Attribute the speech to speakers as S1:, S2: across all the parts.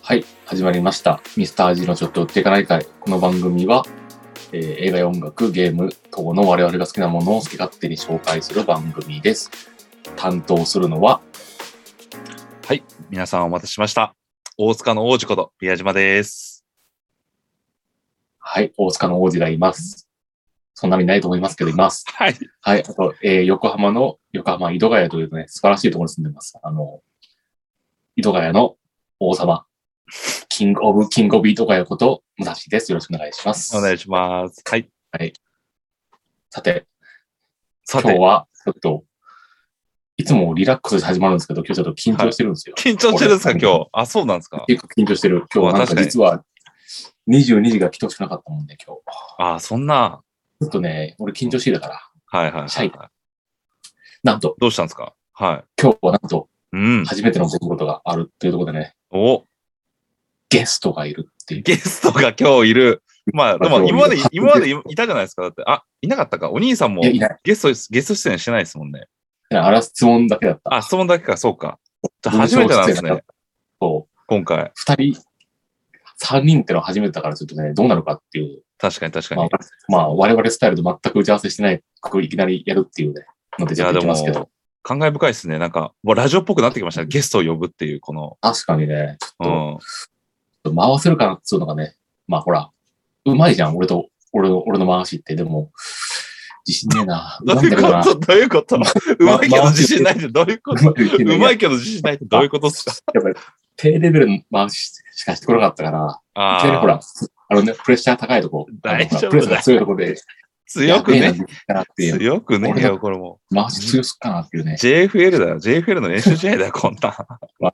S1: はい、始まりました。ミスター味のちょっと売っていかない会。この番組は、えー映画や音楽、ゲーム等の我々が好きなものを好き勝手に紹介する番組です。担当するのは、
S2: はい。皆さんお待たせしました。大塚の王子こと宮島です。
S1: はい、大塚の王子がいます。そんなにないと思いますけど、います。
S2: はい。
S1: はい、あと、えー横浜の、横浜井戸ヶ谷というね、素晴らしいところに住んでます。あの、井戸ヶ谷の王様、キングオブ、キングオブ井戸ヶ谷こと、武蔵です。よろしくお願いします。
S2: お願いします。はい。
S1: さて、
S2: さ
S1: 今日
S2: て、
S1: は、ちょっと、いつもリラックスして始まるんですけど、今日ちょっと緊張してるんですよ。
S2: 緊張してるんですか、
S1: 俺
S2: 今日。あ、そうなんですか。
S1: 結構緊張してる。今日
S2: ま
S1: なん
S2: あ
S1: か
S2: 確かに
S1: 実は、22時が来てほしくなかったもんで、今日。
S2: あ、そんな。
S1: ちょっとね、俺緊張してたから。
S2: はいはい、
S1: シ
S2: は
S1: ャ
S2: い
S1: イ。なんと、
S2: どうしたんですかは
S1: 今日はなんと、
S2: い。うん。
S1: 初めての出来事があるっていうところでね、
S2: お、
S1: ゲストがいるっていう。
S2: ゲストが今日いる。まあ、でも今まで
S1: まあ、
S2: 今までいたじゃないですか。だって、あ、いなかったか。お兄さんも
S1: いや、いない。
S2: ゲスト、ゲスト出演してないですもんね。
S1: あら、質問だけだった。
S2: あ、質問だけか、そうか。じゃあ初めてなんです
S1: 文章出演だ
S2: ね
S1: っ。た。そう。
S2: 今回。
S1: 二人、三人ってのは初めてだから、ちょっとね、どうなるかっていう。
S2: 確かに確か
S1: まあ
S2: に。、
S1: まあ、我々スタイルと全く打ち合わせしてない、ここいきなりやるっていうね、ので、ちょっといきますけ
S2: いやで
S1: ど。
S2: 感慨深いですね。なんか、もうラジオっぽくなってきましたね。ゲストを呼ぶっていう、この。
S1: 確かにね、ち
S2: う
S1: ょ
S2: ん。
S1: っと回せるかなっていうのがね、まあほら、うまいじゃん、俺と、俺の、俺の回しって、でも、自信ねえ な。う
S2: ど
S1: ま
S2: う
S1: い
S2: い
S1: んだ
S2: う
S1: けど
S2: こ
S1: な。
S2: とどういうことうまいけど自信ないってどういうこと
S1: うまくいけねえ
S2: うまいけど自信ないってどういうことですか
S1: やっぱり低レベルの回ししかしてこなかったから、いきなりほ
S2: ああ、
S1: ら、あのね、プレッシャー高いとこ、あの
S2: 大
S1: ほら
S2: 丈夫だ
S1: プレッ
S2: よ
S1: シャーが強いとこで、
S2: 強く
S1: や
S2: ね。
S1: べえなっていう。
S2: 強くねえ
S1: 俺
S2: よ、これも
S1: 回し強すっかなっていう
S2: う。
S1: ね。
S2: JFL だよ。JFL の練習試合だよ、こんなん。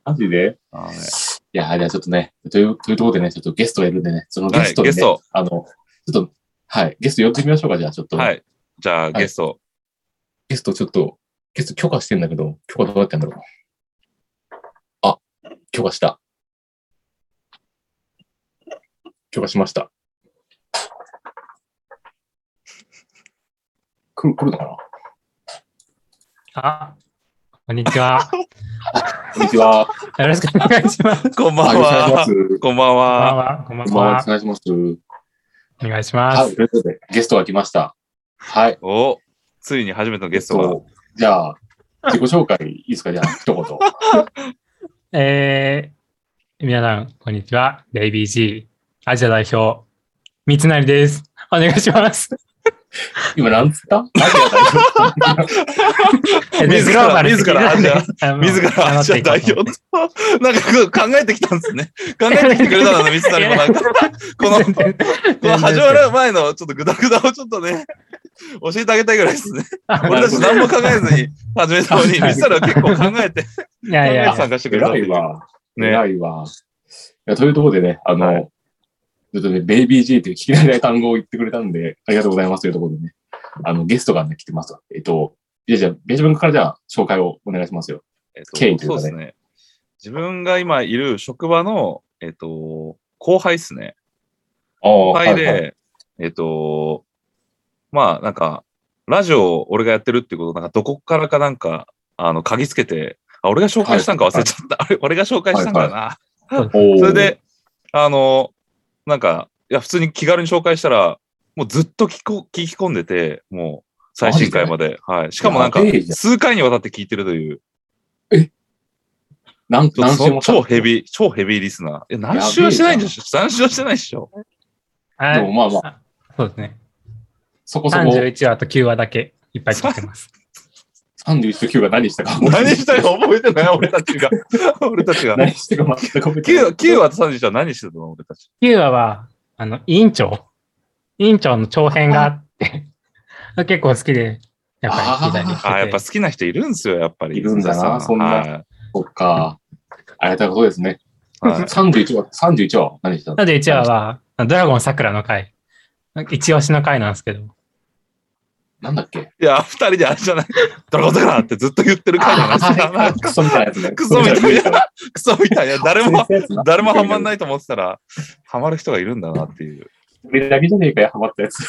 S1: マジで
S2: はい
S1: いや、じゃあちょっとね、という、というところでね、ちょっとゲストがいるんでね、そのゲ
S2: は
S1: ス
S2: い、
S1: トに、ね
S2: ゲスト。
S1: あの、ちょっと、はい、ゲスト呼んでみましょうか、じゃあちょっと。
S2: はい。じゃあ、
S1: い
S2: ゲスト。
S1: ゲストちょっと、ゲスト許可してんだけど、許可どうやってんだろう。あ、許可した。許可しました。来る、来るのかな
S3: あ、こんにちは。
S1: こんにちは。
S3: よろしくお願いします。
S2: こんば
S1: あ
S2: ん
S1: よろしくお願いしま
S2: は
S1: す。。
S2: こんばん
S3: こんばん
S2: は。
S3: は。こんばん
S1: こんばんは
S3: は
S1: お。願いします。
S3: お願いしま
S1: はい、
S3: す。
S1: ということで、ゲストが来ました。はい。
S2: おついに初めてのゲストが。
S1: じゃあ、自己紹介いいですかじゃあ、 一言。
S3: えー、皆さん、こんにちは。で ABG アジア代表、三成です。お願いします。
S1: 今、なんつった
S3: え
S2: 自ら自らアジア
S3: ア
S2: 自らアジア代表と、なんか考えてきたんですね。考えてきてくれたのね、水谷もなんか。この、この始まる前のちょっとグダグダをちょっとね、教えてあげたいぐらいですね。 俺たち何も考えずに始め たのに、ミスタルは結構考えて、考
S3: いやい
S2: え
S3: や
S2: て、参加してくれたっ
S1: 偉
S2: て
S1: い
S2: い。
S1: うわ。
S2: ね
S1: 偉いわ。いやというところでね、あの、
S2: は
S1: ちょっとね、ベイビー G という聞き慣れない単語を言ってくれたんで、ありがとうございますというところでね、あの、ゲストがね、来てますわえっと、じゃあ、じゃあ、ベジブンからじゃあ、紹介をお願いしますよ。
S2: えっ
S1: 経緯と
S2: と
S1: いう
S2: そ
S1: か
S2: う
S1: ね
S2: ですね。自分が今いる職場の、えっと、後輩ですね。
S1: ああ、
S2: 後輩
S1: はいはい
S2: で、えっと、まあなんか、ラジオを俺がやってるってことを、なんかどこからかなんか、あの、嗅ぎつけて、あ、俺が紹介したんか忘れちゃった。あれ、 俺が紹介したんだな。
S1: おー
S2: それ、で、あの、なんか、いや、普通に気軽に紹介したら、もうずっと聞こ聞き込んでて、もう最新回まで。はい。しかもなんか
S1: やべえじゃ、ん
S2: 数回にわたって聞いてるという、
S1: なん
S2: ちょっと
S1: 何
S2: そ
S1: 週も
S2: の超ヘビー、超ヘビーリスナー。いや、何周
S1: やべえ
S2: はし
S1: じ
S2: て
S1: ゃん
S2: ないんでしょ何周はしてないでしょ
S3: は
S1: で
S3: い
S1: もまあまあ、
S3: そうですね。
S1: そこそこ、
S3: 31話と9話だけいっぱい聞いてます。
S1: 31と9が何したか。
S2: 何したか覚えてない俺たちが。俺たちが。
S1: 何してか全く覚えてない
S2: 9、9話と31は何してたの俺た ち。
S3: 9話は、あの、委員長。委員長の長編があって、結構好きで、やっぱり聞いたりしてて。
S2: あーやっぱ好きな人いるんですよ、やっぱり。
S1: いるんだな
S2: 皆さ
S1: そんな
S2: はい
S1: そっか。ありがたいことですね。
S2: はい
S1: 31話、31話、何したの
S3: なので1話は、ドラゴン桜の回。一押しの回なんですけど。
S1: なんだっけ
S2: いや、二人であれじゃない。ドラゴン桜ってずっと言ってる回じゃないですか。なんか
S1: クソみたいなやつね。
S2: クソみたいな、 クソみたいな、誰 も、誰もハマん
S1: い。
S2: ないと思ってたら、ハマる人がいるんだなっていう。
S1: 俺だけじゃねえかよ、ハマったやつ。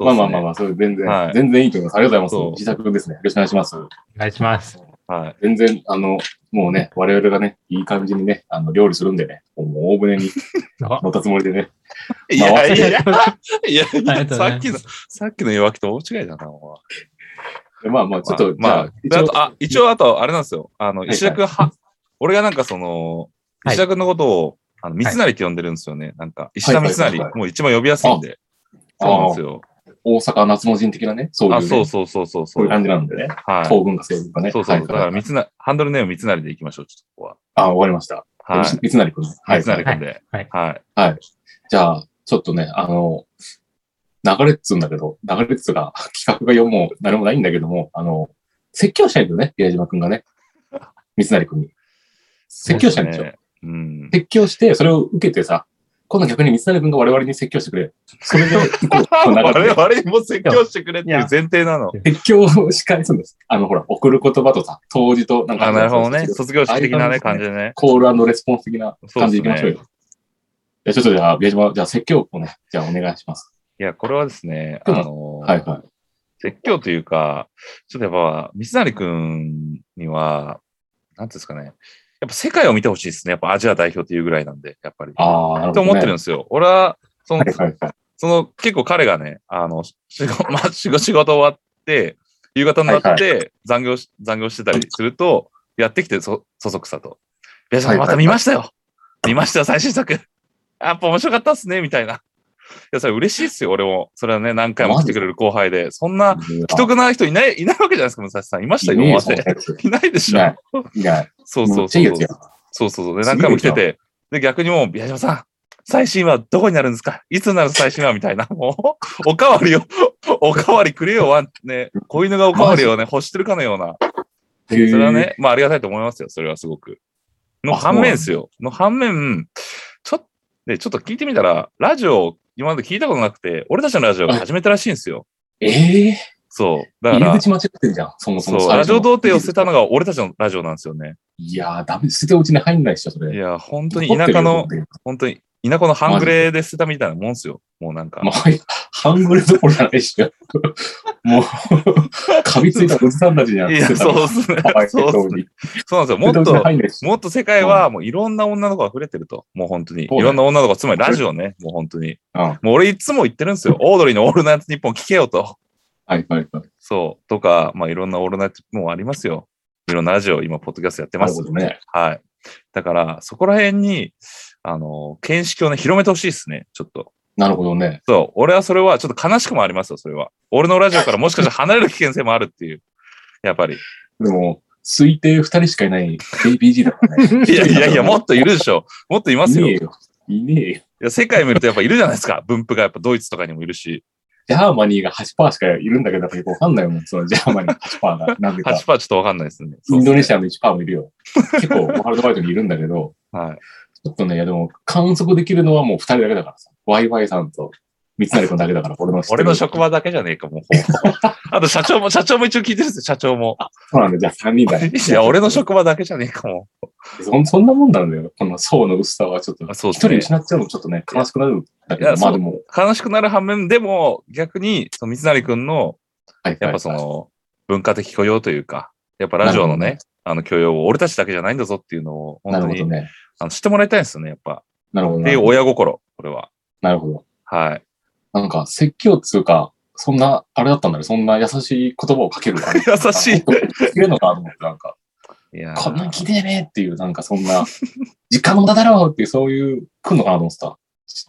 S1: まあまあまあまあ、それ全然、
S2: はい
S1: 全然いいと思います。ありがとうござい
S2: そう
S1: ます。自宅ですね。よろしくお願いします。
S3: お願いします。
S2: あ。はい。
S1: 全然、あの、もうね、我々がね、いい感じにね、あの、料理するんでね、もう大船に
S3: あ
S1: 乗ったつもりでね。
S2: いやいやいや、いや
S3: ありがとうござ
S2: さ
S3: い
S2: っ
S3: ま
S2: き
S3: す
S2: の、さっきの弱気と大違いだな、お前
S1: まあまあ、ちょっと、
S2: まあ、
S1: じゃ
S2: あと、あ、一応、あと、あれなんですよ。あの、
S1: いはい
S2: 石田君は、俺がなんかその、
S3: はい
S2: 石田君のことを、あの、三成って呼んでるんですよね。なんか、石田三
S1: はいは
S2: 成
S1: いはいは、
S2: もう一番呼びやすいんで。
S1: あ
S2: そうなんですよ。
S1: 大阪夏の陣的なね、そういう、
S2: あ、
S1: ね、
S2: そうそうそうそう。
S1: そういう感じなんでね。
S2: はい。
S1: 東軍が西軍かね。
S2: そうそう。
S1: はい
S2: だから、三成、ハンドルネーム三成でいきましょう、ちょっとここ
S1: あ、わかりました。
S2: は。はい。
S1: いつなりくん。はい。
S2: 三成君で。
S3: はい
S2: はい。
S1: はい。じゃあ、ちょっとね、あの、流れっつうんだけど、流れっつうか、企画がよもう何もないんだけども、あの、説教したいんだよね、矢島くんがね。三成くんに。説教したいんでしょ。
S2: ねうん。
S1: 説教して、それを受けてさ、今度逆に三成くんが我々に説教してくれ。それで、こう、この流
S2: 我
S1: れで
S2: 々にも説教してくれっていう前提なの。
S1: 説教を仕返すんです。あの、ほら、送る言葉とさ、当時と、なんか、
S2: あ、なるほどね。卒業式的なね、
S1: ああい
S2: 感
S1: う感
S2: じ
S1: じ
S2: でね。
S1: コールレスポンス的な感じでいきましょうよ。じ
S2: そ
S1: ゃあちょっとじゃあ、宮島、じゃあ説教をね、じゃあお願いします。
S2: いや、これはですね、あ
S1: でも
S2: の、
S1: はいはい。
S2: 説教というか、ちょっとやっぱ、三成君には、なんていうんですかね、やっぱ世界を見てほしいですね。やっぱアジア代表っていうぐらいなんで、やっぱり。
S1: ああ、なるほ
S2: と
S1: ど、ね。
S2: 思ってるんですよ。俺は、その、
S1: はいはいはい。
S2: その結構彼がね、あの、し仕事、 まあ、仕事仕事終わって、夕方にな
S1: は
S2: っ
S1: い
S2: て残業し、残業してたりすると、やってきてそ、そそくさと。ベアさ
S1: は
S2: ん
S1: いは
S2: ま
S1: い
S2: た見ましたよ。見ましたよ、最新作。 やっぱ面白かったっすね、みたいな。いや、それ嬉しいっすよ、俺も。それはね、何回も来てくれる後輩で。そんな、既得な人いない、いないわけじゃないですか、武蔵さん。いましたよ、
S1: いね
S2: 今
S1: え
S2: ま
S1: そんな
S2: で。
S1: やつ
S2: いないでし
S1: いない
S2: ょ。
S1: いない。
S2: そうそ
S1: め
S2: うそ
S1: っ
S2: う
S1: ちゃいいやつや。
S2: そうそうそう。で、
S1: すごい
S2: 何回も来てて、で、逆にもう、宮島さん、最新話どこになるんですかいつになる最新話みたいな。 もう、おかわりを、 おかわりくれよ、ワン、ね、子犬がおかわりをね、欲してるかのような。
S1: そ
S2: それは。ね、まあ、ありがたいと思いますよ、それはすごく。の
S1: あそう
S2: 反
S1: なんだ
S2: 面ですよ。の反面、ちょっと、ね、ちょっと聞いてみたら、ラジオ、今まで聞いたことなくて、俺たちのラジオが始めたらしいんですよ。
S1: ええ
S2: そう。だか
S1: 入り
S2: ら、
S1: 口間違ってるじゃん、そもそも。
S2: そう、
S1: 最
S2: ラ
S1: 初
S2: ジ
S1: の
S2: オ童貞を捨てたのが俺たちのラジオなんですよね。
S1: いやー、ダメ。捨ててうちに入んないっしょ、そ
S2: い
S1: れ。
S2: や、本当に田舎の
S1: 残っ、てるよ。
S2: 本当に、田舎の半グレで捨てたみたいなもんですよ。もうなんか。
S1: まあ、はい半グレどころじゃないっしょ。もう、噛みついたおじさんたちにはい
S2: や、そう
S1: う。
S2: っすね
S1: かわい。
S2: そうっ
S1: そう
S2: すね。そうなんですよ。も
S1: 捨ててう
S2: っ
S1: ちに
S2: と、
S1: 入んないっしょ
S2: もっと世界はもういろんな女の子が溢れてると。もう本当に。い
S1: そうね
S2: ろんな女の子、つまりラジオね。もう本当に。
S1: うんはい
S2: もう俺いつも言ってるんですよ。オードリーのオールナイトニッポン聞けよと。
S1: はいはい。
S2: そう。とか、まあいろんなオールナイトもうありますよ。いろんなラジオ、今、ポッドキャストやって
S1: な
S2: ま
S1: る
S2: す
S1: ほ。どね。
S2: はい。だから、そこら辺に、あの、見識をね、広めてほしいですね。ちょっと。
S1: なるほどね。
S2: そう。俺はそれは、ちょっと悲しくもありますよ、それは。俺のラジオからもしかしたら離れる危険性もあるっていう。やっぱり。
S1: でも、推定二人しかいない ABG だからね。
S2: いやいやいや、もっといるでしょ。もっといま
S1: い
S2: すよ。
S1: ねえ
S2: い
S1: よ。いねえよ。
S2: や世界見るとやっぱいるじゃないですか。分布がやっぱドイツとかにもいるし、
S1: ジャーマニーが8%しかいるんだけど、やっぱよくわかんないもん。そのジャーマニー8%が。 なんでか。
S2: 8%ちょっとわかんないですね。
S1: インドネシ
S2: ア。
S1: アの1%もいるよ。結構、ワールドワイドにいるんだけど、
S2: はい。
S1: ちょっとね、いやでも、観測できるのはもう2人だけだからさ。ワイワイさんと三成君だけだから、俺の知って
S2: 俺
S1: る
S2: の職場だけじゃねえか、 もう。あと社長も、社長も一応聞いてるんですよ、社長も。
S1: そうなんだ、じゃあ3人だね。
S2: いや、俺の職場だけじゃねえかも。
S1: そんそんなもんなんだよ。この層の薄さはちょっと。
S2: あそう
S1: 一
S2: です
S1: 人失
S2: ね
S1: っちゃうのちょっとね、悲しくなるんだけ
S2: い
S1: ど、
S2: や
S1: ま
S2: そ
S1: あ
S2: う
S1: でも、
S2: 悲しくなる反面、でも、逆に、その三成くんの、
S1: はい
S2: やっぱそ、の、文化的許容というか、やっぱラジオの
S1: なる
S2: ね、あの許容を俺たちだけじゃないんだぞっていうのを、
S1: な
S2: 本
S1: る
S2: 当
S1: ほど
S2: に、
S1: ね。
S2: あの知ってもらいたいんですよね、やっぱ。
S1: なるほど
S2: って
S1: ね
S2: いう。親心、これは。
S1: なるほど。
S2: はい。
S1: なんか、説教っつうか、そんな、あれだったんだね。そんな優しい言葉をかけるから。
S2: 優しい。
S1: い。切れるのかと思って、なんか。
S2: いやー
S1: こんなん聞いてねえっていう、なんかそんな、時間の無駄だろうっていう、そういう、来んのかなと思ってた。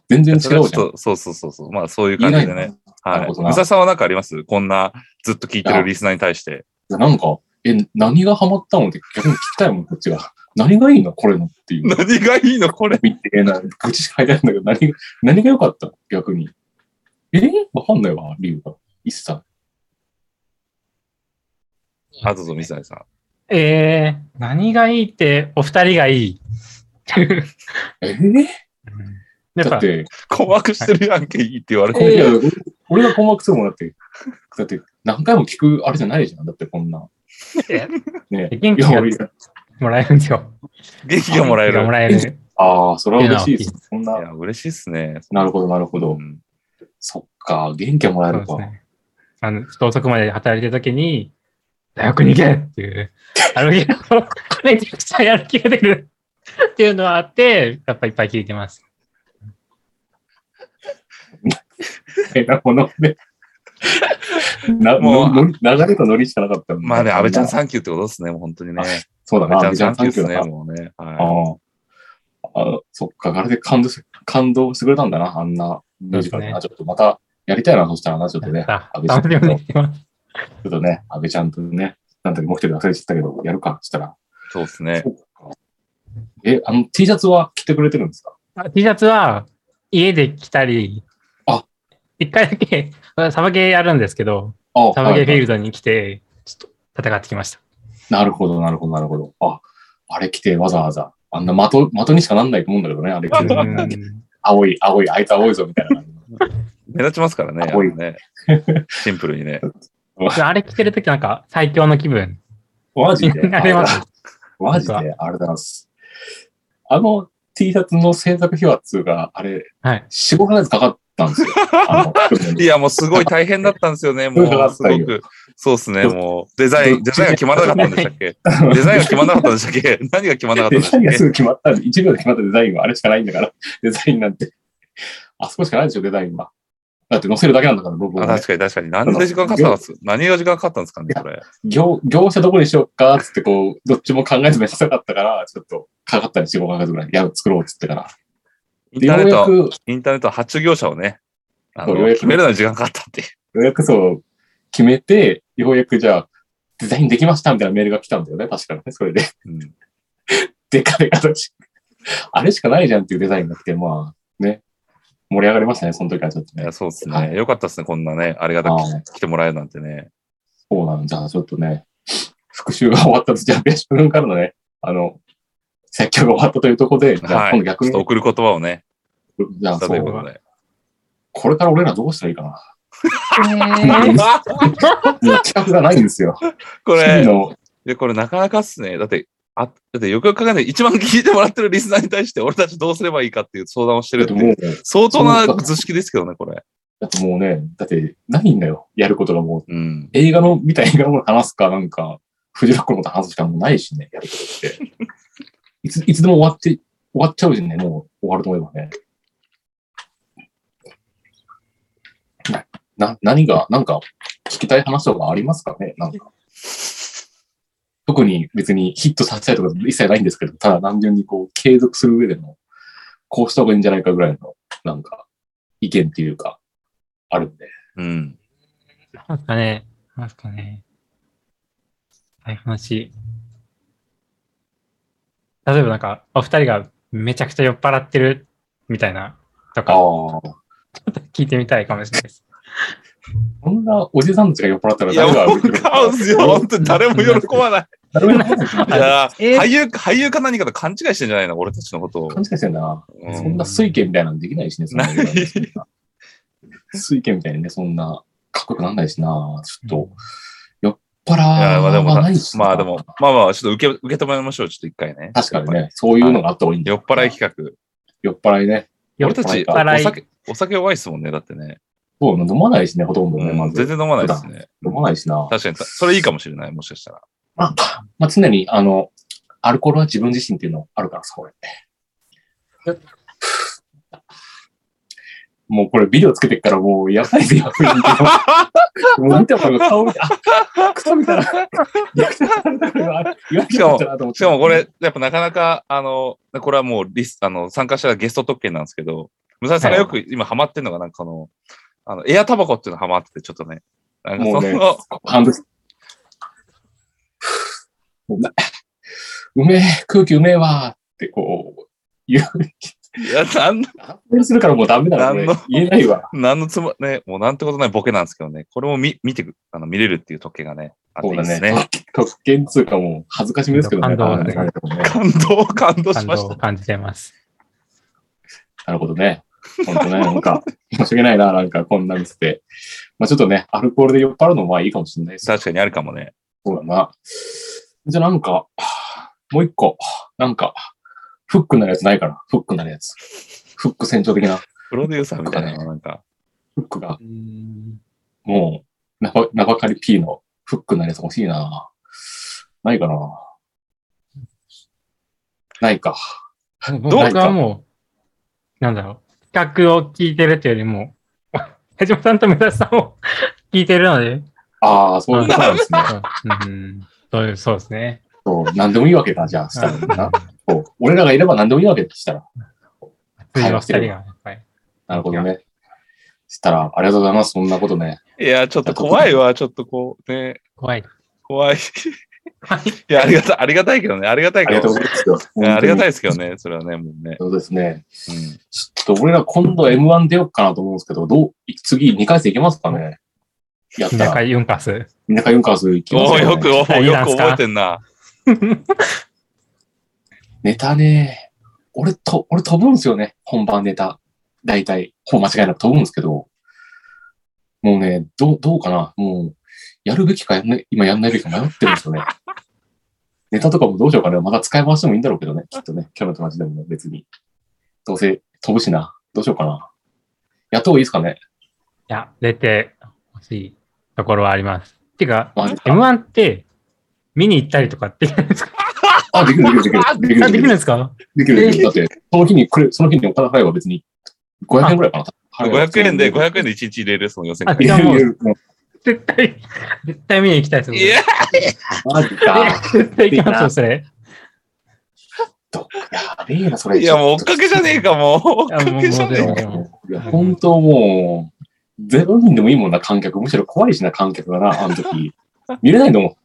S1: 全然違
S2: それ
S1: う
S2: は
S1: じ
S2: ち
S1: ゃん。
S2: ょっとそうそうそうそう。まあそういう
S1: 言えな
S2: 感じ
S1: い
S2: で
S1: の
S2: ね。
S1: な
S2: は
S1: る
S2: い。
S1: ほど
S2: 武
S1: な
S2: 蔵さんはなんかありますこんなずっと聞いてるリスナーに対して。
S1: なんか、え、何がハマったのって逆に聞きたいもん、こっちが。何がいいのこれのっていう。
S2: 何がいいのこれ。
S1: みたいな、愚痴しか書いてあるんだけど、何が、何が良かったの逆に。えわかんないわ、理由が。一切。
S2: あとぞ、水谷さん。
S3: えー、何がいいって、お二人がいい。
S1: え
S3: やっ
S1: だ
S3: ぱ
S1: っ、て、
S2: 困惑してるやんけ、いいって言われ
S1: い
S2: て。
S1: や
S3: え
S1: いや、俺俺が困惑するもんだって、だって、何回も聞くあれじゃないじゃん。だってこんな。ね
S3: え元
S1: い
S3: 気
S1: や、
S3: が
S1: 俺
S3: もらえるんですよ。
S2: 元気がもらえ
S3: 元気
S2: る。
S3: が
S2: い
S3: もらえる。
S1: ああ、それは嬉しいです。そんな
S2: や、嬉しいっすね。
S1: なるほど、なるほ
S2: う
S1: ど。
S2: ん
S1: そっか、元気もらえ
S3: そう
S1: る
S3: で
S1: か。
S3: すね。あの、ちょっと遅くまで働いてるときに、大学に行けっていう、歩きが、めちゃくちゃやる気が出るっていうのはあって、やっぱいっぱい聞いてます。
S1: えなもので。な、
S2: も
S1: も
S2: う
S1: う、のり流れとノリしかなかったもん
S2: まあね、安倍ちゃんサンキューってことですね、もう本当にね。
S1: そうだな、
S2: 安
S1: 安
S2: 倍
S1: 倍
S2: ち
S1: ち
S2: ゃ
S1: ゃ
S2: ん
S1: ん
S2: サ
S1: サ
S2: ン
S1: ン
S2: キ
S1: キ
S2: ュ
S1: ュ
S2: ー
S1: ー
S2: で
S1: だ
S2: す
S1: な
S2: ね、。もうね。は
S1: あああ、そっか、あれで感動し、感動してくれたんだな、あんなミュージカルな。ちょっとまたやりたいな、そしたらな、ちょっと
S3: や
S1: ね
S3: っ。た
S1: 安倍さん
S3: 楽しみにしてます。
S1: ちょっとね、安倍ちゃんとね、なんだっけ、もう一人忘れちゃったけど、やるか、したら。
S2: いそうですね
S1: そ。うかえ、あの、T シャツは着てくれてるんですか
S3: あ T シャツは家で着たり、
S1: あ
S3: 一回だけ、サバゲーやるんですけど、
S1: あ
S3: サバゲーフィー
S1: ル。
S3: ルドに来て、ちょっと戦ってきま した。
S1: なるほど、なるほど、なるほど。あ、あれ着てわざわざ。あんな的、的にしかなんないと思うんだけどね、あれ着て。
S3: うん
S1: 青い、青い、あいつ青いぞ、みたいな。
S2: 目立ちますからね。
S1: かっこいい
S2: やっぱねシンプル にね。
S3: あれ着てるときなんか最強の気分
S1: マジ
S3: に
S1: で
S3: なります。
S1: マジで、ありがとうございます。あの T シャツの制作費はっつうか、あれ、
S3: はい
S1: 4、5ヶ月かかったんですよ。 あの
S2: いや、もうすごい大変だったんですよね、 もう。すごく。そうですね、もう。デザイン、デザインが決まらなかったんでした っけデザインが決まらなかったんでしたっけ 何が決まらなか
S1: デ
S2: ったんでし
S1: ザインが
S2: たっ
S1: す
S2: け
S1: ぐ決まった、1秒で決まったデザインはあれしかないんだから、デザインなんて。あそこしかないでしょ、デザインは。だって載せるだけなんだから、僕
S2: あ
S1: は、ね
S2: 確。かに確かに。何で時間かかったんです何が時間かかったんですかね、これ。
S1: 業、業者どこにしようか、つってこう、どっちも考えずめなさかったから、ちょっと、かかったり4、5ヶ月ぐらい、いや、作ろうっつってから。
S2: イン
S1: で
S2: ターネ
S1: よう
S2: ッ
S1: や
S2: ト、
S1: く、
S2: インターネット発注業者をね、あ
S1: そ
S2: の
S1: うようやく
S2: 決めるのに時間かかったっていう。
S1: ようやくそう、決めて、ようやくじゃあ、デザインできましたみたいなメールが来たんだよね、確かにね。それで、
S2: うん
S1: でかい形。あれしかないじゃんっていうデザインが来て、まあ、ね。盛り上がりましたね、その時はちょっと
S2: い
S1: ね
S2: や、。そうです
S1: は
S2: ね。よかったですね、こんなね、ありがた
S1: はい
S2: く来てもらえるなんてね。
S1: そうなんだ。ちょっとね、復習が終わったと、じゃあ、ベーシ君からのね、あの、説教が終わったというところで、じゃあ、
S2: はい。
S1: 今度
S2: ち
S1: 逆
S2: ょっと
S1: に、
S2: 送る言葉をね、
S1: じゃあ、
S2: した
S1: そ
S2: という
S1: う、
S2: ことで。
S1: これから俺らどうしたらいいかな。
S2: あ
S1: もう企画がないんですよ。
S2: これ
S1: 日々、の、
S2: で、これなかなかっすね。だって、あ、だってよくよく考えて、一番聞いてもらってるリスナーに対して、俺たちどうすればいいかっていう相談をして
S1: だ
S2: る
S1: っ
S2: ってて
S1: も
S2: いうう、、相当な図式ですけどね、これ。
S1: だってもうね、だってないんだよ。やることがもう、
S2: うん。
S1: 映画の、見た映画のこと話すか、なんか、フジロックのこと話すしかもうないしね、やることって。いつ、いつでも終わって、終わっちゃうしね、もう終わると思えばね。な、な何が、なんか、聞きたい話とかありますかねなんか。特に別にヒットさせたいとか一切ないんですけど、ただ単純にこう、継続する上での、こうした方がいいんじゃないかぐらいの、なんか、意見っていうか、あるんで。
S2: うん。
S3: なんすかね。なんすかね。はい、話。例えばなんか、お二人がめちゃくちゃ酔っ払ってるみたいなと
S1: あ
S3: か
S1: あ。
S3: 聞いてみたいかもしれないです。
S1: こんなおじさんたちが酔っ払ったら
S2: いや、
S1: 誰が
S2: もうカオスよ。本当に誰も喜ばない。
S1: 誰も喜ばない
S2: いやー、
S3: えー
S2: 俳優、俳優か何かと勘違いしてんじゃないの俺たちのことを。
S1: 勘違いしてんだな。
S2: う
S1: そ
S2: ん
S1: んな水拳みたいなのできないしね、そんな
S2: ない
S1: 水拳みたいにね、そんなかっこよくなんないしな。ちょっと
S3: う、
S1: 酔っ払
S2: いや、まあでも
S1: わないし
S2: さ、
S1: な
S2: まあでも、まあまあ、ちょっと受け、受け止めましょう、ちょっと一回ね。
S1: 確かにね、そういうのがあった方がいいんだ
S2: 酔
S1: よ
S2: っ払い企画。
S1: 酔っ払いね。
S3: 酔っ
S2: 俺たち、
S1: 酔
S2: お
S1: っ
S3: 払い
S2: 酒、お酒弱いっすもんね、だってね。
S1: そう、飲まないしね、ほとんどね、
S2: う
S1: ま
S2: ん、全
S1: ず。
S2: 然飲まないですね。
S1: 飲まないしな。
S2: 確かに、それいいかもしれない、もしかしたら。
S1: まあ、まあ、常に、あの、アルコールは自分自身っていうのあるからさ、これ。 もうこれビデオつけてっからもうやばいぜ、やばいぜもう見てもらう顔見て、あ、クソみたいな。言わなかったなと思って
S2: しかもこれ、、やっぱなかなか、あの、これはもうリス、あの、参加したらゲスト特権なんですけど、武蔵さんがよく今ハマってるのが、なんかあの、あの、エアタバコっていうのハマってて、ちょっとね。なんか
S1: も
S2: そう
S1: ね
S2: の、、
S1: 半分。もうなうめえ、空気うめえわーってこう、言う。
S2: いや、なんの、
S1: 反応するからもうダメだな、これ
S2: なんの
S1: 言えないわ。
S2: なんのつも、ね、もうなんてことないボケなんですけどね、これも見、見てく、あの、見れるっていう時計がね、あって
S1: そ
S2: い
S1: う
S2: い
S1: だ
S2: ですね。
S1: ね。特権通貨もう恥ずかしめですけどね。
S3: 感動
S1: 考えてもね
S2: 感動、感動し
S3: 感
S2: ま
S3: 動
S2: し
S3: を
S2: た。
S3: 感じてます。
S1: なるほどね。本当ね、なんか、申し訳ないな、なんかこんな見せて。まあちょっとね、アルコールで酔っ払うのもまあいいかもしれないです。
S2: 確かにあるかもね。
S1: そうだな。じゃあなんか、もう一個、なんか、フックになるやつないかな。フックになるやつ。フック船長的な。
S2: プロデューサーみたいなの、なんか。
S1: フックが、
S3: うん
S1: もう、なば、なばかり P のフックのやつ欲しいなないかなないか。
S3: 僕はもう、なんだろう、企画を聞いてるというよりも、 矢島さんと目指さんを 聞いてるので、
S1: ああ、そういうことなんですね。
S3: うん、そういうそうですね。
S1: そう、なんでもいいわけだ、じゃあ、したらな。そう俺らがいれば何でもいいわけだ、したら。会話してる
S3: 二人がやっぱり
S1: なるほどね。したら、ありがとうございます。そんなことね。
S2: いや、ちょっと怖いわ、ちょっとこう、ね、
S3: 怖い。
S2: 怖い。いや、ありがたい、ありがたいけどね、ありがたい
S1: あ
S2: け
S1: り
S2: ど
S1: がとうございます。
S2: いやありがたい
S1: い。
S2: ですけどね、それはね、もうね。
S1: そうですね。
S2: うん
S1: ちょっと俺ら今度 M1 出ようかなと思うんですけど、どう、次2回戦いけますかねやった
S3: 田舎
S1: ら。
S3: ユンカス。
S1: みんなかユンカース行きます
S2: お
S1: か、
S2: ー
S1: ね、
S2: よく、。おー
S3: いい
S2: よ
S3: なん
S2: く
S3: すか
S2: 覚えてんな。
S1: ネタね。俺と、俺飛ぶんですよね。本番ネタ。大体、ほぼ間違いなく飛ぶんですけど。もうね、どう、どうかな。もう、やるべきかやんない、今やんないべきか迷ってるんですよね。 ネタとかもどうしようかな。また使い回してもいいんだろうけどね。きっとね。キャラと同じでもね、別に。どうせ飛ぶしな。どうしようかな。やった方がいいですかね。
S3: いや、出てほしいところはあります。てか、
S1: マジか
S3: M1 って見に行ったりとかってできるんですか
S1: あ、できるできるできる。
S3: あ
S1: で
S3: で
S1: き
S3: き
S1: る
S3: るんですか
S1: できるできる。だって、その日にくれ、その日にお金払えば別に500円くらいかな。
S2: 500円で、500円で1日入れる、その予選
S3: あ
S2: 会
S3: い。やも
S1: い
S3: う
S1: やいやも
S3: 絶対、絶対見に行きたいです。僕
S2: いや、
S1: うマジか。
S3: 絶対行きますよ、それ。
S1: やべえな、それ。
S2: いや、もう追っかけじゃねえか、もう。追っかけじゃ
S3: いや
S2: ね
S3: もうもうでも
S2: え
S1: いや、本当もう、ゼロ人でもいいもんな、観客。むしろ怖いしな、観客がな、あの 時。見れないのもん。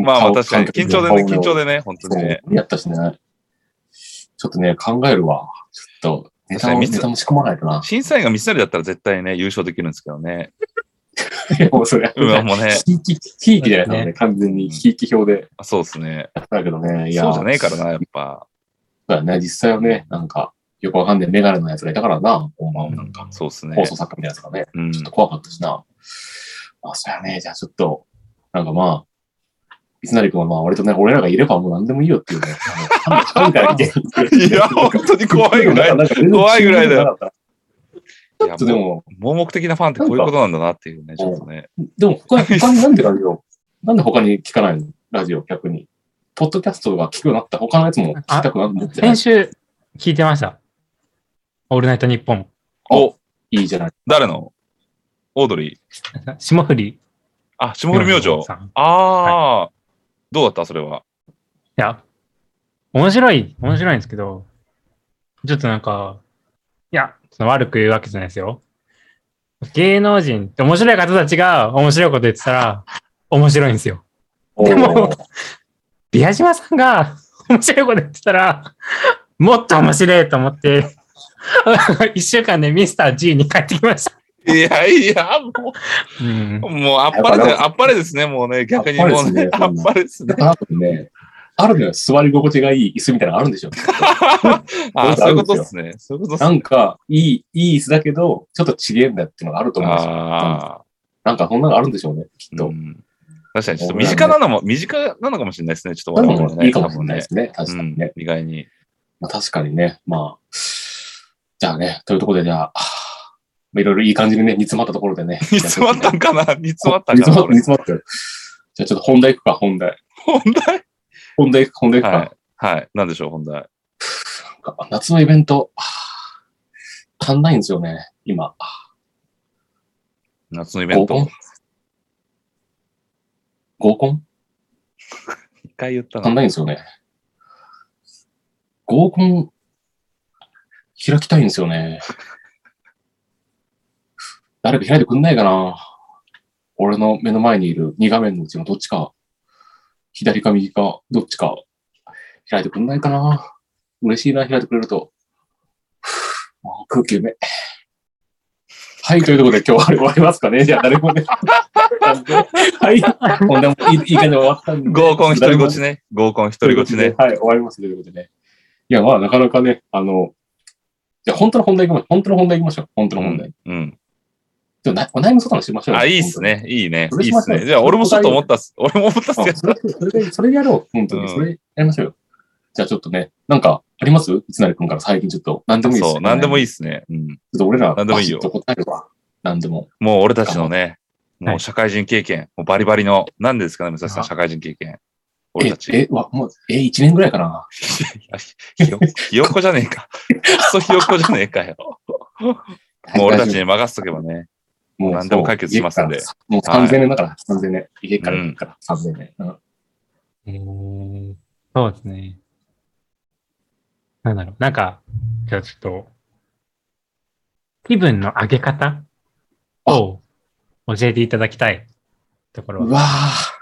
S2: まあまあ、確かに。
S1: 観客
S2: 緊張でね、
S1: 顔
S2: 緊張
S1: の
S2: でね、本当にね。
S1: そうやったしね。ちょっとね、考えるわ。ちょっと、ネタも、
S2: 確かに
S1: ネタも仕込まない とな。
S2: 審査員がミスなりだったら絶対ね、優勝できるんですけどね。
S1: いやもうそれ、
S2: うん、もうね、
S1: ひいき、ひいきじゃないですか
S3: ね
S1: ね。完全にひいき表で。
S2: そうですね。
S1: だけどね、いや、
S2: そうじゃねえからな、やっぱ。
S1: そうだね、実際はね、なんか、よくわかんないメガネのやつがいたからな、本番をなんか、
S2: そうですね
S1: 放。送作家みたいなやつがね、
S2: うん
S1: ちょっと怖かったしな。あ、そうやね、じゃあちょっと、なんかまあ、いつなりくんはまあ割とね、俺らがいればもう何でもいいよっていうね、あの、ファンから見てる
S2: いや、本当に怖いぐらい。
S1: い
S2: 怖いぐらいだ
S1: よ。
S2: よ
S1: ちょっとでも、
S2: 盲目的なファンってこういうことなんだなっていうね、ちょっとね。
S1: でも他に、他になんでラジオ、なんで他に聞かないのラジオ、逆に。ポッドキャストが聞くようになった他のやつも聞きたくなってない
S3: 先。週聞いてました。オールナイトニッポン。
S2: お、
S1: いいじゃない。
S2: 誰のオードリー。
S3: 霜降り。
S2: あ、下森明星。
S3: さんい
S2: ああ、どうだったそれは。
S3: や、面白い、面白いんですけど、ちょっとなんか、いや、その悪く言うわけじゃないですよ。芸能人って面白い方たちが面白いこと言ってたら、面白いんですよ。でも
S1: おー
S3: ビア島さんが 面白いこと言ってたら、もっと面白いと思って、 一週間でミスター G に帰ってきました。
S2: いやいや、も
S3: うん
S2: う、もうあっぱれで、
S1: やっぱ
S2: あっぱれですね、もうね、逆に
S1: あっぱれ
S2: もうね
S1: で、すね
S2: あっぱれですね。
S1: 多分ね、あるのよ、座り心地がいい椅子みたいなのあるんでしょ。
S2: ああ、
S1: そ
S2: そ
S1: い
S2: ううい
S1: ううこと
S2: こ
S1: と
S2: で
S1: です
S2: ね。そういうことです
S1: な
S2: ね。
S1: んか、いい、いい椅子だけど、ちょっとちげえんだっていうのがあると思うんですよ。
S2: ああ、
S1: なんか、そんなのあるんでしょうね、きっ
S2: う
S1: と。
S2: ん確かに、ちょっと身近なのも、身近なのかもしれないですね、ちょっと
S1: 多
S2: 我々
S1: 分
S2: も
S1: い
S2: ね、
S1: いか
S2: 多
S1: もしれ
S2: 分
S1: ない
S2: ね
S1: で。すね、確
S2: う
S1: かに
S2: ん
S1: ね。、
S2: 意外に。
S1: まあ、確かにね、まあ、じゃあね、というところで、じゃあ、まあいろいろいい感じにね、煮詰まったところでね。
S2: 煮詰まったんかな煮詰まったん
S1: 煮
S2: か
S1: 詰まっ
S2: な
S1: た、煮
S2: 俺
S1: 詰まったよ。じゃあ、ちょっと本題行くか、本題。
S2: 本題
S1: 本題行くか、本題行くか。
S2: はい。はい。なんでしょう、本題。
S1: なんか夏のイベント、 はあ足んないんですよね、今。
S2: 夏のイベン
S1: 合コ
S2: ト
S1: ン。合コン
S2: 一回言った
S1: 足ん
S2: な。
S1: ないんですよね。合コン、開きたいんですよね。誰か開いてくんないかな俺の目の前にいる2画面のうちのどっちか、左か右か、どっちか、開いてくんないかな嬉しいな、開いてくれると。 ふぅもう空気埋め。はい、ということで今日は終わりますかねじゃあ誰もね。 はい、もうでもいいいい感じで終わったんで。
S2: 合コン一人ごちね。合コン一人ごちね。
S1: はい、終わりますということでね。いや、まあ、なかなかね、あの、じゃあ本当の本題行きましょう。本当の本題行きましょう。本当の本題。
S2: うん。
S1: ちょっとなお悩み相談してみましょうよ。
S2: あ、いいっすね。いいね。
S1: それ
S2: いい
S1: し
S2: っ
S1: ますしょう
S2: ね。じゃあ、俺もちょっと思ったっす。俺も思ったっす
S1: 本
S2: よ
S1: 当に。あ。それそれで、それでやろう。本当
S2: う
S1: に。
S2: ん
S1: それやりましょうよ。じゃあちょっとね、なんかありますいつなりくんから最近ちょっと、なんでもいいです、
S2: そう、なんでもい
S1: い。
S2: いっすね。うん。
S1: ちょっと俺ら、
S2: なんでもいいよ
S1: バシッと答えるわ。何でも。
S2: もう俺たちのね、
S3: はい
S2: もう社会人経験、もうバリバリの、何ですかね、武蔵さん、
S3: あ
S2: 社会人経験。俺
S1: え
S2: た、ち。
S1: え、わ、もう、え、1年ぐらいかな。
S2: ひよひよっこじゃねえか。 くそひよっこじゃねえかよ。もう俺たちに任せとけばね。
S1: もう
S2: 何でも解決しますんで。
S1: そうもう3000年だから、3000年。家から行くから、3000年。うん
S3: えー、そうですね。なんだろう。なんか、じゃあちょっと、気分の上げ方を教えていただきたいところ
S1: う。わぁ。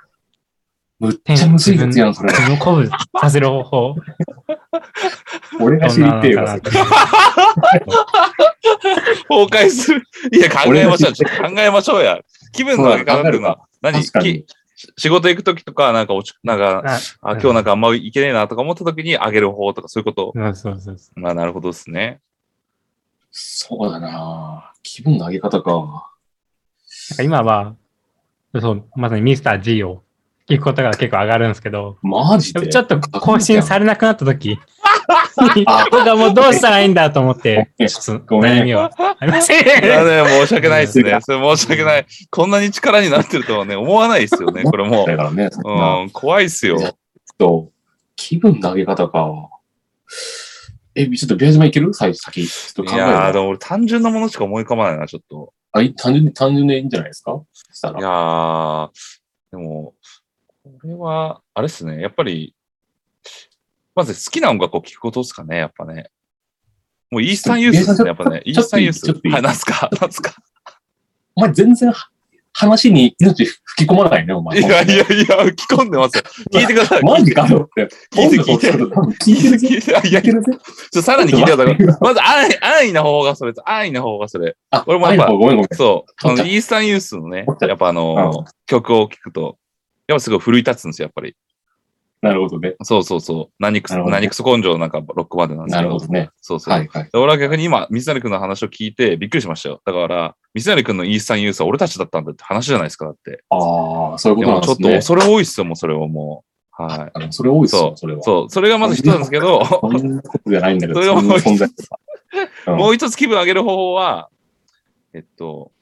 S1: むっちゃむずいやつやん、それ。
S3: 自分を鼓舞させる方法。
S1: 俺が知りてえわ。
S3: そんなのかなっていう
S2: 崩壊する。いや、考えましょう。ちょっと考えましょうや。気分の上げ方っていうのは、何
S1: 確かに
S2: き仕事行くときとか、なんか落ち、なんか、
S3: あ
S2: あ、今日なんかあんま行けねえなとか思ったときに上げる方とか、そういうこと。
S3: そうそうそうそ
S2: まあ、なるほどですね。
S1: そうだなぁ。気分の上げ方か。
S3: う。なんか今は、そう、まさにミスター G を聞くことが結構上がるんですけど、
S1: マジ
S3: でも
S1: で。
S3: ちょっと更新されなくなった時に、僕はもうどうしたらいいんだと思って、
S1: ごめん
S3: ちょっと
S1: ごめん
S3: 悩みはありません。
S2: いやね、申し訳ないですね。それ申し訳ない。こんなに力になってるとはね、思わないですよね。これも
S1: だからね、
S2: う。
S1: な
S2: うん、怖いっすよ。
S1: と、気分の上げ方か。え、ちょっとビア島いける最先。ちょっ
S2: い
S1: と考える
S2: やー、でも俺単純なものしか思い浮かばないな、ちょっと。
S1: あい単純に、単純でいいんじゃないですかそした
S2: い
S1: ら。
S2: やー、でも、これは、あれっすね、やっぱり、まず好きな音楽を聴くことですかね、やっぱね。もうイースタンユースですね、やっぱね。イ
S1: ち
S2: ー
S1: ょっ
S2: スタ
S1: と
S2: ンユース。
S1: ちょっといい
S2: はい、なんす か、なんすか。
S1: お前全然は話に命吹き込まないね、お前。
S2: いやいやいや、吹き込んでますよ。聞いてください。
S1: マジかよって。
S2: 聞いて聞いて
S1: 今度こそ多分聞いてるぜ。
S2: 聞いてあいや
S1: 聞いてるぜ。
S2: ちょさらに聞いてください。
S1: ちょっと待って
S2: まず安易、安易な方がそれです、安易な方がそれ。
S1: あ、
S2: 俺もやっぱ
S1: あごめんごめん。
S2: そう。あ
S1: 取っちゃ
S2: の、
S1: う
S2: イースタンユースのね
S1: 取っ、ちゃう
S2: やっぱあの、
S1: うん
S2: 曲を聴くと、やっぱすごい奮い立つんですよ、やっぱり。
S1: なるほどね。
S2: そうそうそう。何くそ、
S1: なるほど
S2: 何くそ根性のなんかロックバンドなんです
S1: な
S2: けど。
S1: るほどね。
S2: そうそう。
S1: はいはい。
S2: で俺は逆に今、水谷君の話を聞いてびっくりしましたよ。だから、水谷君のイースタンユースは俺たちだったんだって話じゃないですか、だって。
S1: ああ、そういう
S2: で
S1: ことなん
S2: も
S1: で
S2: ちょっ
S1: すね。
S2: と、それ多いっすよ、もうそれはもう。は
S1: あのそれ多い
S2: い。
S1: ですよ
S2: そ、
S1: それは
S2: う。。そう。それがまず一つなんですけど、
S1: そんなことじゃないんだけど、
S2: それ
S1: そ
S2: は
S1: んな
S2: もう
S1: 存在。 うん
S2: もう一つ気分上げる方法は、えっと、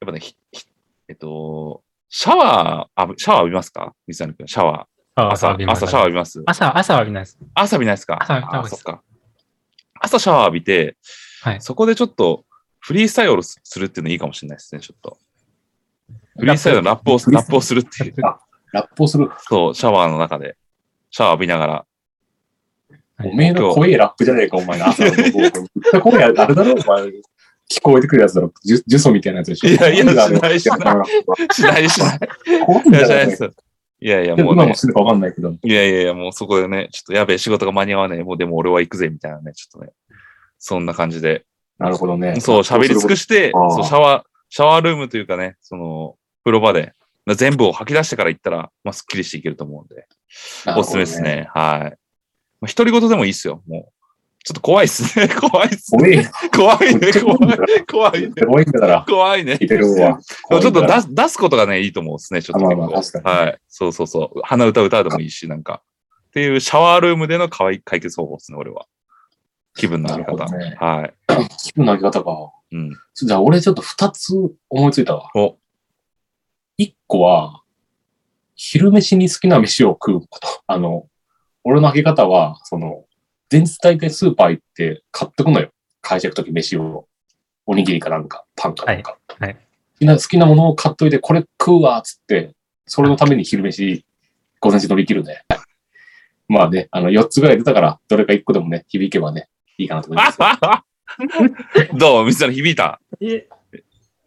S2: やっぱね、ひひえっと、シャワー、あシャワー浴びますか水谷君、シャワー。朝、朝シャワー浴びます
S3: 朝、朝は浴びないです。
S2: 朝浴びないですか
S3: 朝浴びた方
S2: あ
S3: がいい
S2: そっ
S3: です
S2: か。朝シャワー浴びて、
S3: はい
S2: そこでちょっとフリースタイルをするっていうのいいかもしれないですね、ちょっと。フリースタイルのラップを、
S1: フリー
S2: ラ
S1: ス
S2: ップをするっていう。
S1: ラップをする。
S2: そう、シャワーの中で。シャワー浴びながら。
S1: おめえの怖えラップじゃねえか、お前の朝の5分。めっちゃ怖え、あれだろ、お前。聞こえてくるやつだろ。ジュジュソみたいなやつでしょ。
S2: いやいや
S1: んであれ
S2: しないしなしないしない。
S1: 怖いん
S2: い
S1: だ
S2: や、
S1: よ、
S2: しない
S1: ね
S2: で。す。いやいや、
S1: で
S2: も
S1: も
S2: う
S1: 今も
S2: ね。
S1: するかわかんないけど。
S2: いやいやいや、もうそこでね、ちょっとやべえ、仕事が間に合わない。もうでも俺は行くぜ、みたいなね、ちょっとね。そんな感じで。
S1: なるほどね。
S2: そう、喋り尽く
S1: し。
S2: して、
S1: あー
S2: そう、シャワー、シャワールームというかね、その、風呂場で、全部を吐き出してから行ったら、まあ、スッキリしていけると思うんで、
S1: なるほ
S2: おす
S1: ど
S2: すめです。ね。はい。まあ、独り言でもいいっすよ、もう。ちょっと怖いっす ね。怖いっすね。
S1: 怖えよ、
S2: 怖いね、怖い。怖いね。
S1: 怖いんだから。
S2: 怖いね。
S1: 聞いてる方は。
S2: でもちょっと
S1: 怖いんだから
S2: 出す出すことがね、いいと思うですね、ちょっと結構。
S1: あまあまあ確かに
S2: はい。そうそうそう。鼻歌歌うでもいいし、なんか。っていうシャワールームでの解解決方法ですね、俺は。気分の上げ
S1: な
S2: 方。
S1: るほどね
S2: は
S1: 気分の上げ方か。
S2: い。うん。
S1: じゃあ、俺ちょっと2つ思いついたわ。
S2: お、
S1: 1個は、昼飯に好きな飯を食うこと。あの、俺の上げ方は、その、前日大体スーパー行って買ってくのよ。会社行くとき飯を。おにぎりかなんか、パンかなんか。
S3: はいはい
S1: 好きな好きなものを買っといて、これ食うわっつって、それのために昼飯、午前中乗り切るね。まあね、あの、4つぐらい出たから、どれか1個でもね、響けばね、いいかなと思います。
S2: どう水谷響いた。
S3: い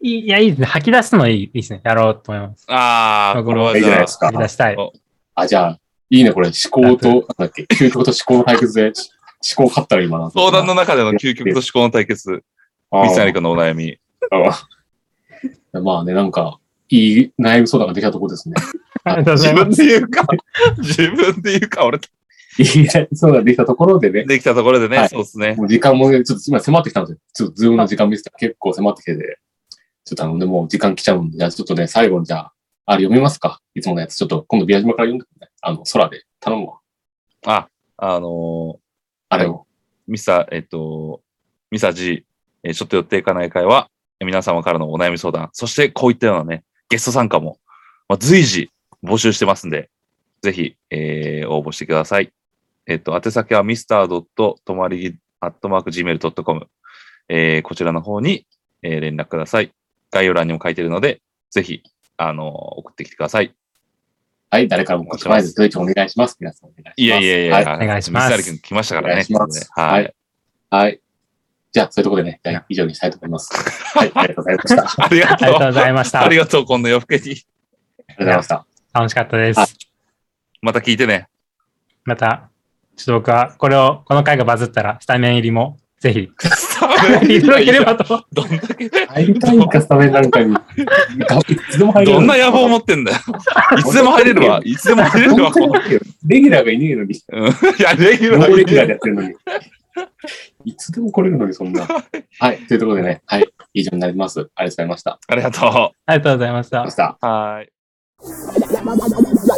S3: いや、いいですね。吐き出すのいいいいですね。やろうと思います。
S2: ああ、これは
S1: い
S2: いじ
S1: じゃない
S2: ゃ
S1: ですか
S3: 吐き。出したい。
S1: あ、じゃあ、いいね、これ。思考と、なんだっけ、究極と思考の対決で、思考勝ったら今な。
S2: 相談の中での究極と思考の対決、
S1: あー、
S2: 水谷君のお悩み。
S1: あー まあね、なんか、いい悩み相談ができたとこですね。
S3: ありがとうござ
S2: 自分
S3: います。
S2: で言うか、 自分で言うか、俺、
S1: いい悩み相談ができたところでね、
S2: できたところでね、
S1: はい
S2: そうですね。
S1: もう時間もね、ちょっと今迫ってきたんですよ。ちょっとズームの時間見せたら結構迫ってきてて、ちょっとあの、でもう時間来ちゃうんで、じゃあちょっとね、最後にじゃあ、あれ読みますかいつものやつ。ちょっと今度、ビア島から読んでくれないあの、空で頼むわ。
S2: あ、あのー
S1: あれを。
S2: ミサ、えっと、ミサ G、えーちょっと寄っていかない会は、皆様からのお悩み相談、そしてこういったようなね、ゲスト参加も、まあ、随時募集してますんで、ぜひ、えー応募してください。えっ、と、宛先は mr.tomari.gmail.com、えーこちらの方に、えー連絡ください。概要欄にも書いてるので、ぜひ、あのー送ってきてください。
S1: はい、誰からもこちらまで随時お願いします。皆さんお願いします。
S2: いやいやい
S1: は
S2: や、
S1: い。
S3: お願いします
S2: 水谷君来ました
S1: お
S2: から
S1: 願い
S2: ね。
S1: します。
S2: はい。
S1: はい。はい。じゃあ、そういうところでね、じゃあ以上にしたいと思います。はい、ありがとうございま した。あ
S2: ありが
S3: ありがとう
S2: とう。
S3: ございました
S2: あり。がとう、こんな夜更けに。
S1: りがとうございました。
S3: 楽しかったで
S1: はい
S3: す。
S2: また聞いてね。
S3: また、ちょっと僕は、これを、この回がバズったら、スタメン入りも、ぜひ、いただければと。
S2: どんだけ、
S1: 入りたいんか、スタメンなんかに。いつでも入れる。
S2: どんな野望を持ってんだよ。いつでも入れるわ。いつでも入れるわ。
S1: 本当にレギュラーがいねえのに、
S2: うんいや、レギュ
S1: ノ
S2: ラ
S1: ーレギュラー
S2: ー
S1: で
S2: に。
S1: やってるの に。いつでも来れるのに、そんな。はい、というところでね、はい、以上になります。ありがとうございました。
S2: ありがと
S3: ありがとうございました
S1: まし。た。
S2: う。はい。
S4: Bye.